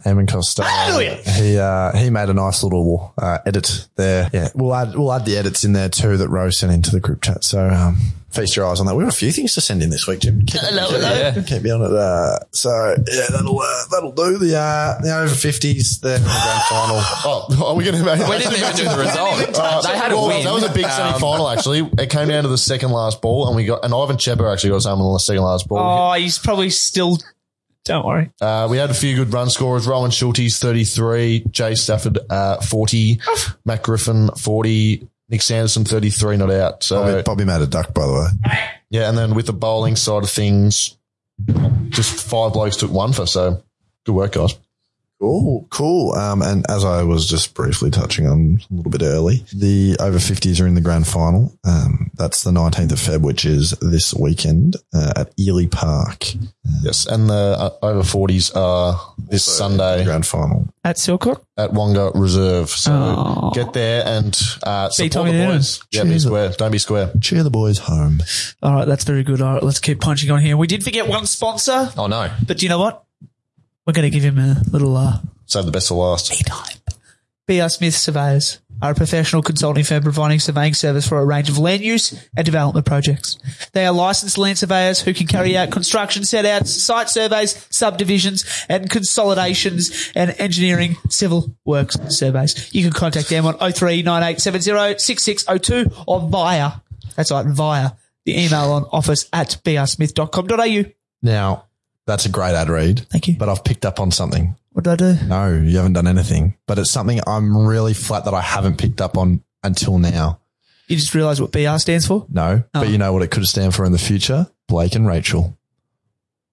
Eamon Costello. Hallelujah. He uh, he made a nice little uh, edit there. Yeah, we'll add we'll add the edits in there too that Rose sent into the group chat. So um, feast your eyes on that. We've got a few things to send in this week, Jim. Keep, hello, keep, hello. Keep me on it. Uh, so yeah, that'll uh, that'll do. The uh, the over fifties there in the grand final. Oh, are we going to We didn't even do the result. Uh, they had a well, win. That was a big semi final, actually. It came down to the second last ball, and we got and Ivan Chepa actually got us home on the second last ball. Oh, he's probably still. Don't worry. Uh, we had a few good run scorers: Rowan Schultes, thirty-three; Jay Stafford, uh, forty; Matt Griffin, forty; Nick Sanderson, thirty-three, not out. So Bobby, Bobby made a duck, by the way. yeah, and then with the bowling side of things, just five blokes took one for. So good work, guys. Cool, cool. Um, and as I was just briefly touching on a little bit early, the over 50s are in the grand final. Um, that's the 19th of Feb, which is this weekend uh, at Ely Park. Yes, and the uh, over forties are this Sunday Grand final. At Silcott? at Wonga Reserve. So Oh. get there and uh, support Tommy the Downs. boys. Yeah, be square. Don't be square. Cheer the boys home. All right, that's very good. All right, let's keep punching on here. We did forget one sponsor, Oh no! but do you know what? We're going to give him a little uh, Save the best for last. time. BR Smith Surveyors are a professional consulting firm providing surveying service for a range of land use and development projects. They are licensed land surveyors who can carry out construction setouts, site surveys, subdivisions and consolidations and engineering civil works surveys. You can contact them on 0398706602 or via, that's right, via the email on office at brsmith.com.au. Now, that's a great ad read. Thank you. But I've picked up on something. What did I do? No, you haven't done anything. But it's something I'm really flat that I haven't picked up on until now. You just realised what BR stands for? No, Oh. but you know what it could stand for in the future? Blake and Rachel.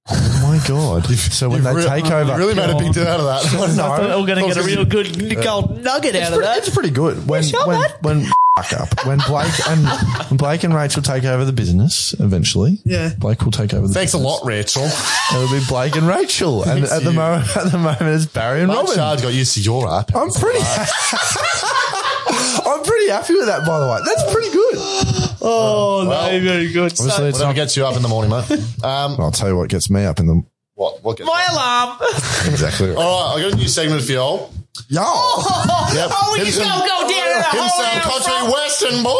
Oh my God. so when they Re- take over. You really made a big deal out of that. No. I thought we were going to get a real good gold nugget out of pretty- that. It's pretty good. When sure, when bud. when fuck up. When Blake and when Blake and Rachel take over the business eventually. Yeah. Blake will take over the Thanks a business. lot, Rachel. It'll be Blake and Rachel. And at the moment at the moment it's Barry and Mark Robin. Shard got used to your app. I'm pretty I'm pretty happy with that by the way. That's pretty good. Oh, no, very good. Obviously it's Whatever not, gets you up in the morning, mate. Um, I'll tell you what gets me up in the what? What? Gets my alarm. exactly right. All right, I got a new segment for y'all. Yo. Yep. Oh, we just Himson- go, go Oh, down in a hole. Himson out Country front. Western boy.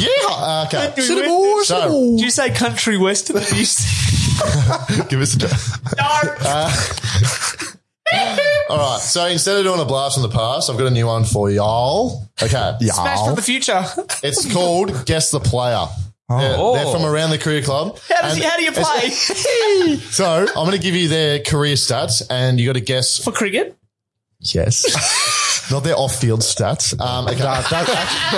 Yeah. Okay. Country City boy, Western. So, Did you say country western? Did you say- Give us a no. Uh, all right. So instead of doing a blast from the past, I've got a new one for y'all. Okay. Yeah. Smash from the future. It's called Guess the Player. They're, they're from around the career club. How, does, And how do you play? So I'm going to give you their career stats, and you got to guess For cricket? Yes. Not their off-field stats. Um, okay.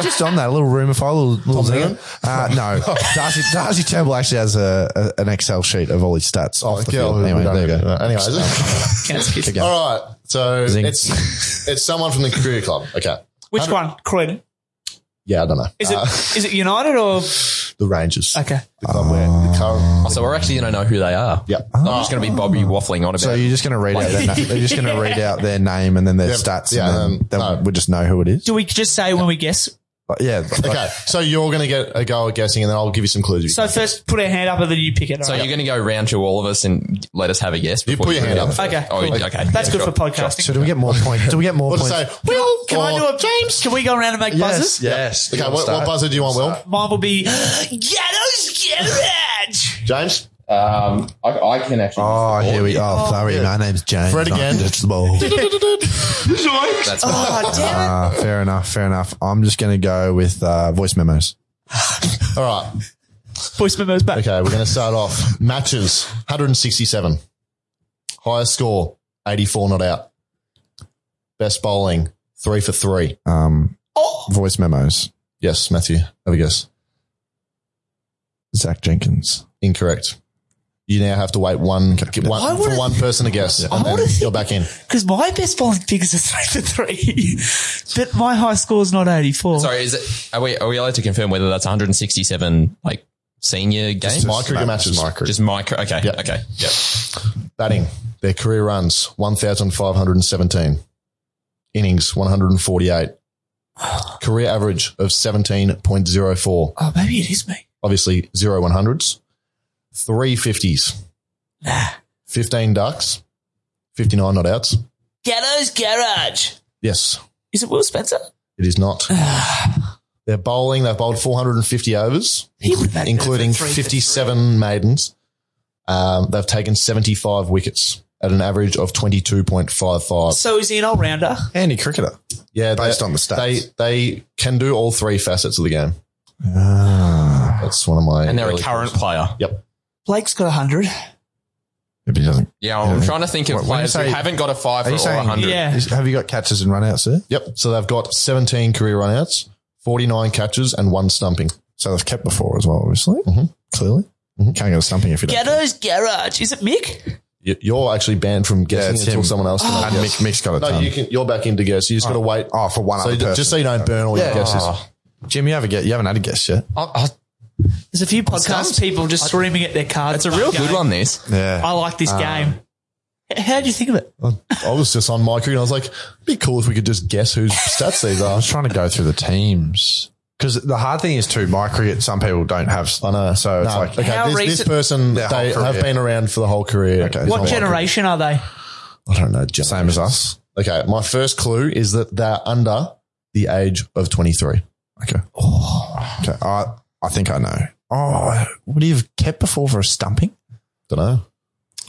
just on that a little rumor file, a little, little Newman? zinger. Uh, no, Oh. Darcy, Darcy Turnbull actually has a, a, an Excel sheet of all his stats off the Okay, field. well, Anyway, we don't there you have go. to- Anyways, Counts, kids. all right. So Zing. it's it's someone from the career club. Okay. Which one? Croydon. Yeah, I don't know. Is it Uh, is it United or The Rangers. okay? The club where the current. So we're actually going to know who they are. Yeah. I'm just going to be Bobby waffling on about So you're just going to read out their, na- you're just going to read out their name and then their Yeah, stats, yeah, and then, um, then no. we just know who it is. Do we just say when we guess? But yeah, like- Okay, so you're going to get a go at guessing, and then I'll give you some clues. So first, put our hand up and then you pick it. So alright? you're going to go round to all of us and let us have a guess. you before put your hand up. first. okay? Oh, cool. okay. That's Yeah, good sure, for podcasting. so do we get more points? Do we get more Or points? just say, Will, can I or- do a James? Can we go around and make buzzers? Yes. Okay, what, what buzzer do you want, Will? Mine will be Yellow's Garage. James? Um, I, I can actually. Oh, here we are. Oh, sorry, my name's James. Fred I'm again. just small. That's fine. Oh damn Ah, fair enough. Fair enough. I'm just going to go with uh, voice memos. All right. it! Voice memos back. Okay, we're going to start off. Matches 167. Highest score 84 not out. Best bowling 3 for 3. Um, Voice memos. Yes, Matthew, have a guess. Zach Jenkins. Incorrect. You now have to wait one, get I one would've- for one person to guess, I and then would've- you're back in. Because my best bowling figures are three for three, but my high score's not eighty four. Oh. Sorry, is it? Are we are we allowed to confirm whether that's 167 like senior games? My cricket matches. Just micro. Okay. Yeah. Okay. Yeah. Batting, their career runs 1,517. Innings 148. Career average of 17.04. Oh, maybe it is me. obviously zero 100s, three 50s, Ah. 15 ducks, 59 not outs. Yellow's Garage. Yes, Is it Will Spencer? it is not. They're bowling, they've bowled 450 overs, He would have had including three for three. 57 maidens. Um, they've taken 75 wickets at an average of 22.55. So is he an all rounder? Handy cricketer. Yeah, they- Based on the stats. They, they can do all three facets of the game. Ah, That's one of my. And they're a early- current player. Yep. Blake's got hundred. if he doesn't. Yeah, I'm Yeah. trying to think of What- when players you say- who haven't got a five or Are you or saying? 100. Yeah. Is- have you got catches and runouts there? Yep. So they've got 17 career runouts, 49 catches, and one stumping. So they've kept before as well, obviously. Mm-hmm. Clearly. Can't go to something if you don't. Yellow's Garage. Is it Mick? Y- You're actually banned from Yeah, guessing it's until him. someone else. can And guess. Mick, Mick's got a No, ton. you can. You're back in to guess. You just got to wait. oh, for one so other you, person. just so you don't burn all Yeah. your guesses. Oh. Jim, you haven't get you haven't had a guess yet. I- I- There's a few podcast people just screaming at their it's cards. a real Game. good one, this. I Yeah. like this game. H- How do you think of it? I was just on my crew and I was like, "It'd be cool if we could just guess whose stats these I are." was trying to go through the teams. Because the hard thing is too, my cricket, some people don't have. I know. So it's No, like, okay, How this, this recent- person Their whole they career. have been around for the whole career. Okay. Is What What my- generation are they? I don't know. Generation. same as us. Okay, my first clue is that they're under the age of 23. Okay. Okay. I, I think I know. Oh, would you have kept before for a stumping? Don't know.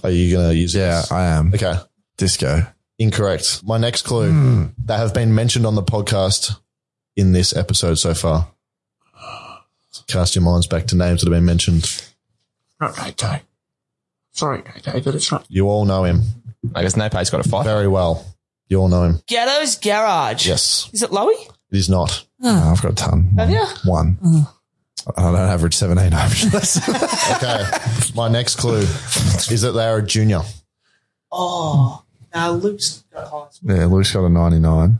Are you gonna use? Yeah, this? I am. Okay. Disco. Incorrect. My next clue. Hmm. They have been mentioned on the podcast in this episode so far. Cast your minds back to names that have been mentioned. Sorry, Nato, but it's not. You all know him I guess Nape's got a five. very well. You all know him. Ghetto's Garage. Yes, Is it Lowy? it is not. No, I've got a ton. Have you? One. I don't average 17 overs. Okay. My next clue is that they are a junior. Oh, now Luke's got high score. yeah, Luke's got a 99.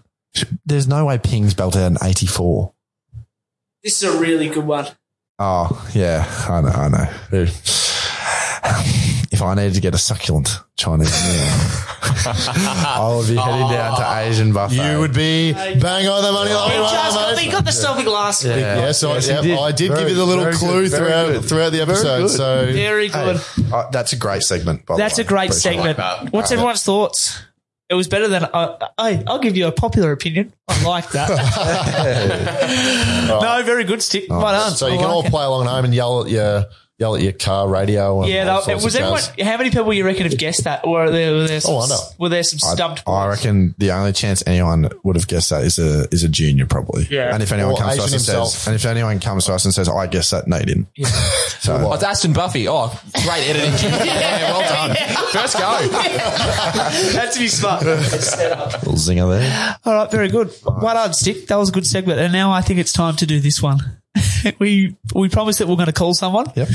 There's no way Ping's belted out an 84. This is a really good one. Oh, yeah. I know. I know. If I needed to get a succulent Chinese meal, I would be heading down to Asian buffet. You would be bang on the money He line, just got, mate. he got the selfie glass. Yeah. Yes, I, Yes, he yep, did. I did Very- give you the little very clue good, very throughout good. throughout the Very episode. good. So Very good. Uh, that's a great segment. By That's the a way. great Appreciate it. segment. What's everyone's thoughts? It was better than I. I I'll give you a popular opinion. I like that. no, very good stick. Right on. Oh, So you I can like all it. play along at home and yell at your yell at your car radio. And Yeah, all that, sorts was of jazz. everyone. How many people you reckon have guessed that? Or there, were there some, Oh, I know. Were there some stumped? I, I reckon the only chance anyone would have guessed that is a is a junior probably. Yeah. And if anyone Or comes to us Asian and himself. says, and if anyone comes to us and says, I guess that, no, you didn't. Oh, it's Ashton Buffy. Oh, great editing. yeah, well done. First go. Had to be smart. Little zinger there. All right, very good. Well done, Stick. That was a good segment. And now I think it's time to do this one. we we promised that we're going to call someone. Yep.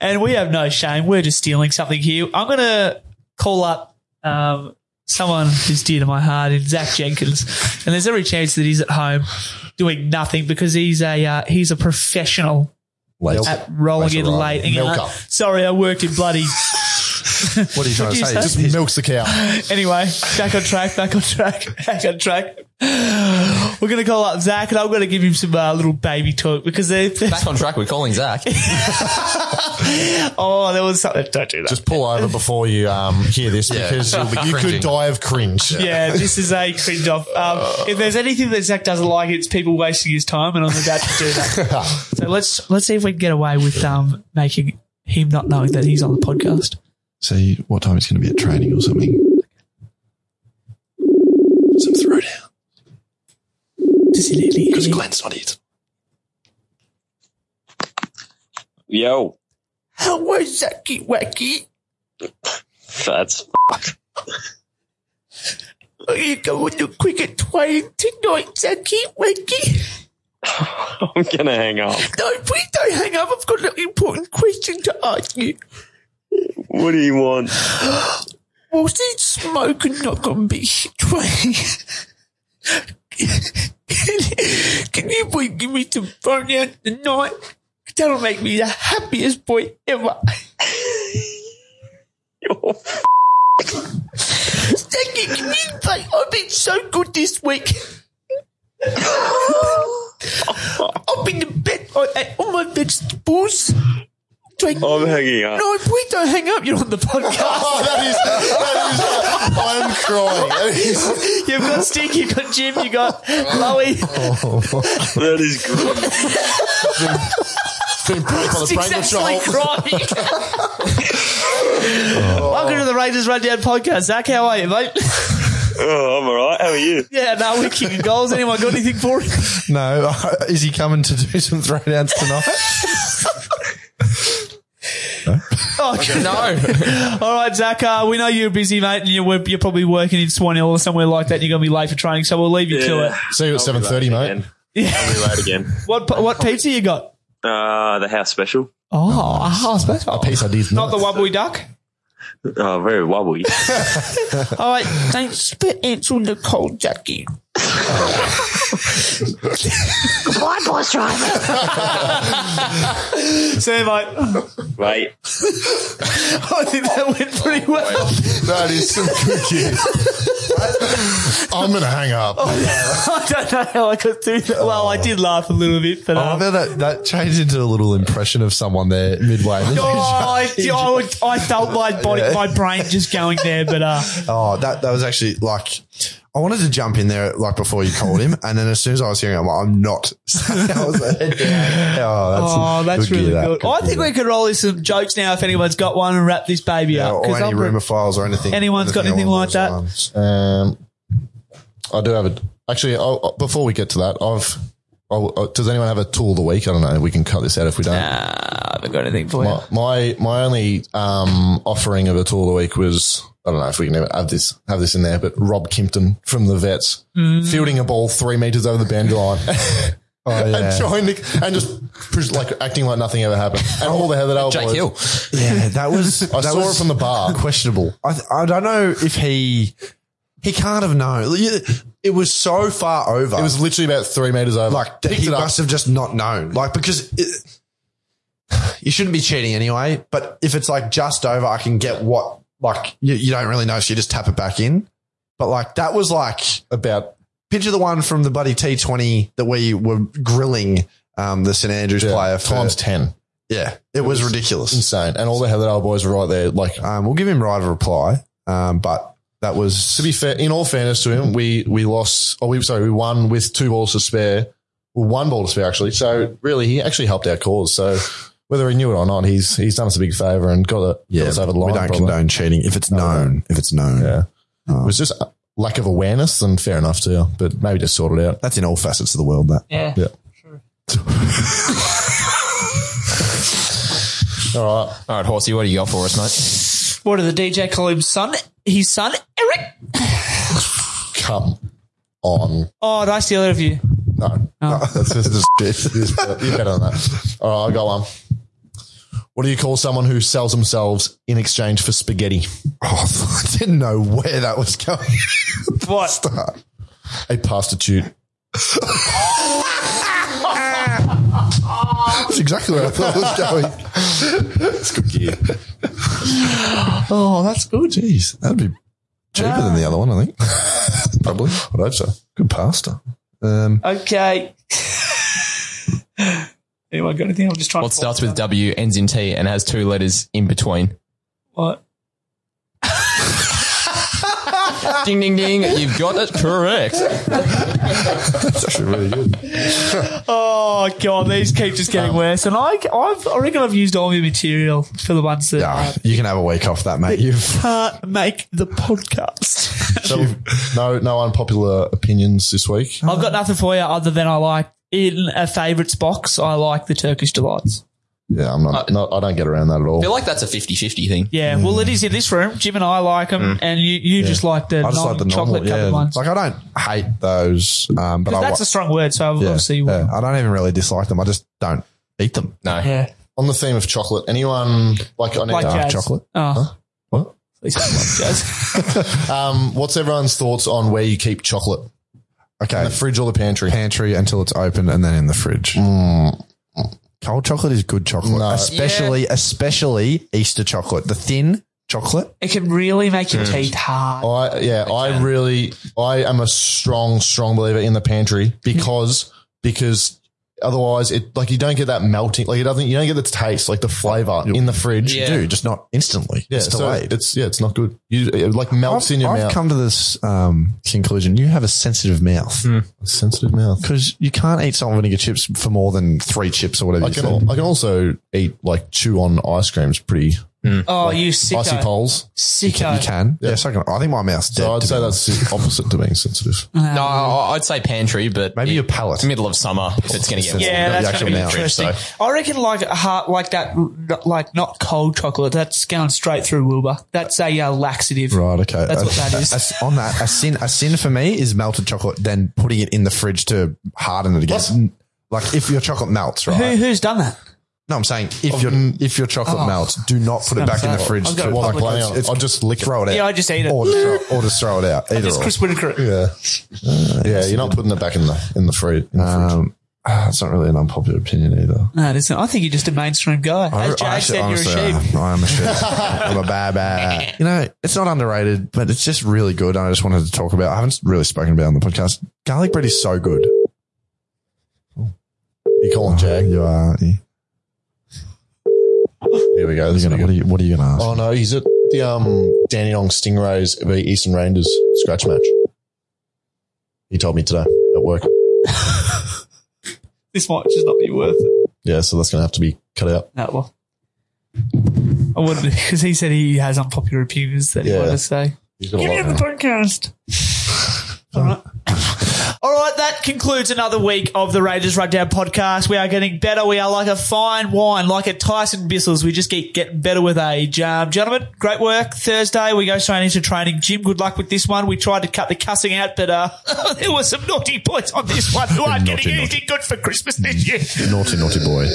And we have no shame. We're just stealing something here. I'm going to call up um, someone who's dear to my heart in Zach Jenkins, and there's every chance that he's at home doing nothing because he's a uh, he's a professional Late. at rolling Later in on. late. And going, Milker. Sorry, I worked in bloody. What are you trying to you say? say? Just Just milks the cow. Anyway, back on track, back on track, back on track. We're going to call up Zach and I'm going to give him some uh, little baby talk because they're, Back on track, we're calling Zach. oh, there was something. Don't do that. Just pull over before you um, hear this because you'll be, you could Cringing. die of cringe. yeah, this is a cringe off. Um, if there's anything that Zach doesn't like, it's people wasting his time, and I'm about to do that. so let's let's see if we can get away with um, making him not knowing that he's on the podcast. See what time it's going to be at training or something. Some throwdown Does he really? because Glenn's not it. Yo, Hello, Zacky Wacky. that's Are you going to cricket training tonight, Zacky Wacky? I'm gonna hang up. No, please don't hang up. I've got an important question to ask you. What do you want? Was it smoke and not gonna be training? Can you please give me some phone out tonight? That'll make me the happiest boy ever. You're Thank you. Can you play? I've been so good this week. I've been the best I ate all my vegetables. Drink. I'm hanging up. No, please Oh, don't hang up. You're on the podcast. Oh, that is, that is, I'm crying. That is, You've got Stig, you've got Jim, you've got Chloe. That is good. it's been put on the Stig's brain actually control. crying. Welcome to the Raiders Rundown podcast. Zach, how are you, mate? Oh, I'm alright. How are you? yeah, no, we're kicking goals. Anyone got anything for him? No, is he coming to do some throwdowns tonight? Oh, no. All right, Zach, uh, we know you're busy, mate, and you're, you're probably working in Swan Hill or somewhere like that, and you're going to be late for training, so we'll leave you to it. See you at 7.30, mate. I'll be late again. What what pizza you got? Uh, the house special. Oh, a house special. Peace, I did Not the wobbly duck. Oh, very wobbly. All right, thanks for answering the call, Jackie. Goodbye, boys, driver. See you, mate. Mate, I think that went pretty well. That is some good shit. I'm going to hang up. I don't know how I got through that. Well, I did laugh a little bit, but. I Um, bet that, that changed into a little impression of someone there midway. Oh, I, I, would- I felt my body, my brain just going there, but uh, Oh, that that was actually like I wanted to jump in there like before you called him, and then as soon as I was hearing, it, I'm like, I'm not. So I was like, "Yeah." oh, oh, that's, that's good really gear, that. good. I think we could roll in some jokes now if anyone's got one and wrap this baby Uh, Yeah, up. or 'cause any I'm re- rumor files or anything. Anyone's got anything along like those that? lines. Um, I do have a. Actually, I'll, before we get to that, I've. I'll, uh, does anyone have a tool of the week? I don't know. We can cut this out if we don't. I haven't got anything for My, my my only um, offering of a tool of the week was I don't know if we can ever have this have this in there, but Rob Kimpton from the Vets fielding a ball three meters over the boundary line Mm. Oh, and yeah. trying to and just pres- like acting like nothing ever happened. And all the hell that old Jake boy- Hill. yeah, that was. I that saw was, it from the bar. questionable. I, th- I don't know if he he can't have known. It was so far over. It was literally about three meters over. like that Picked he it up. must have just not known. Like because it, you shouldn't be cheating anyway. But if it's like just over, I can get what like you, you don't really know, so you just tap it back in. But like that was like about picture the one from the buddy T twenty that we were grilling um, the St Andrews yeah, player for. times ten. yeah, it, was, ridiculous. Insane. And all the hell that old boys were right there. Like Um, we'll give him right of reply, um, but that was to be fair, in all fairness to him, we we lost. Oh, we sorry, we won with two balls to spare, well, one ball to spare actually. So really, he actually helped our cause. So whether he knew it or not, he's he's done us a big favour and got, it, yeah. got us over the line. we don't probably. condone cheating if it's known. If it's known, Yeah, Oh. it was just a lack of awareness, and fair enough too. But maybe just sort it out. that's in all facets of the world. That Yeah. All right, All right, Horsey, what do you got for us, mate? What did the DJ call him? Son? His son, Eric? come on. Oh, did I steal it of you? No, no. that's just, just, just- you're better than that. All right, I got one. What do you call someone who sells themselves in exchange for spaghetti? Oh, I didn't know where that was going. What? A prostitute. That's exactly where I thought it was going. It's good gear. oh, that's good. Jeez, that'd be cheaper than the other one, I think. Probably. I hope so. Good pasta. Um, Okay. Anyone got anything? I'm just trying What to. starts with W, ends in T, and has two letters in between? What? Ding, ding, ding. You've got it correct. that's actually really good. Oh god, these keep just getting worse. And I, I've, I reckon I've used all my material for the ones that Nah, you can have a week off that, mate. You've can't make the podcast. So no, no unpopular opinions this week. I've got nothing for you other than I like in a favourites box. I like the Turkish delights. Yeah, I'm not, not. I don't get around that at all. I feel like that's a 50-50 thing. Yeah, well, it is in this room. Jim and I like them, and you, you just like the Mm. I just like the normal, chocolate covered yeah. ones. Like I don't hate those, um, but I that's wa- a strong word, so yeah, obviously, yeah. I don't even really dislike them. I just don't eat them. No. yeah. On the theme of chocolate, anyone like on Like Dark jazz. chocolate. Oh. What? Please don't like jazz. um, what's everyone's thoughts on where you keep chocolate? Okay, The fridge or the pantry? pantry until it's open and then in the fridge. Cold chocolate is good chocolate, Mm. No. especially especially Easter chocolate, the thin chocolate. It can really make Mm. your teeth hard. Oh. I yeah, I really I am a strong, strong believer in the pantry because because otherwise it like you don't get that melting like it doesn't you don't get the taste, like the flavour in the fridge. You do just not instantly. Yeah, it's so delayed. it's yeah, it's not good. You it like melts I've, in your I've mouth. come to this um, conclusion. You have a sensitive mouth Hmm. Sensitive mouth. because you can't eat salt and vinegar chips for more than three chips or whatever. I you can said. I can also eat like chew on ice creams pretty Oh, you icy sicko. poles. You Sicko. can. Yes, I can. I think my mouth's dead. So I'd to say be honest. that's the opposite to being sensitive. No, I- I'd say pantry, but maybe it- your palate. middle of summer if it's going to get Yeah, Not the that's actual going to be mouth. interesting. I reckon like a heart, like that, like not cold chocolate. That's going straight through Wilbur. That's a uh, laxative. Right, okay. That's what that is. A- on that, a sin, a sin for me is melted chocolate, then putting it in the fridge to harden it again. Like if your chocolate melts, Who Um, oh. right? who's done that? No, I'm saying if your if your chocolate melts, do not put it back in the fair. fridge. I've got to- a public like, answer. I'll just lick throw it out. Yeah, I just ate it. or, just throw, or just throw it out. Either It's or. Chris Whitaker. Yeah. Uh, yeah, you're not putting it back in the in the fridge. In the fridge. Um, ah, it's not really an unpopular opinion either. No, it isn't. I think you're just a mainstream guy. As Jay said, you're a sheep. uh, am. I'm a sheep. I'm a bad bad. You know, it's not underrated, but it's just really good. And I just wanted to talk about. I haven't really spoken about it on the podcast. Garlic bread is so good. Oh. You calling Jag? You are. Here we go. This is You're gonna, what, are you, what are you gonna ask? Oh no, he's at the um Dandenong Stingrays v Eastern Rangers scratch match. He told me today at work. This might just not be worth it. Yeah, so that's gonna have to be cut out. No, well. I wouldn't because he said he has unpopular opinions that he Yeah. wanted to say. He's got a Give lot me on the now. podcast. All right. All right, that concludes another week of the Raiders Rundown podcast. We are getting better. We are like a fine wine, like a Tyson Bissell's. We just keep getting better with age. Um, gentlemen, great work. Thursday, we go straight into training. Jim, good luck with this one. We tried to cut the cussing out, but uh, there were some naughty boys on this one who aren't Naughty, getting naughty. anything good for Christmas this year. Naughty, naughty boy.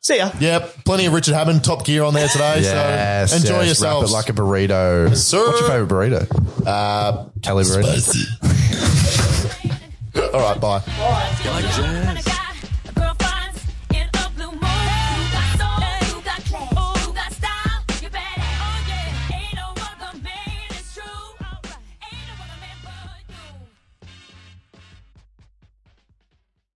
See ya. Yep, plenty of Richard Hammond top gear on there today. Yes. so enjoy yes, yourselves. Wrap it like a burrito. sir. What's your favorite burrito? uh, Cali burrito. all right, bye. Like jazz. Oh,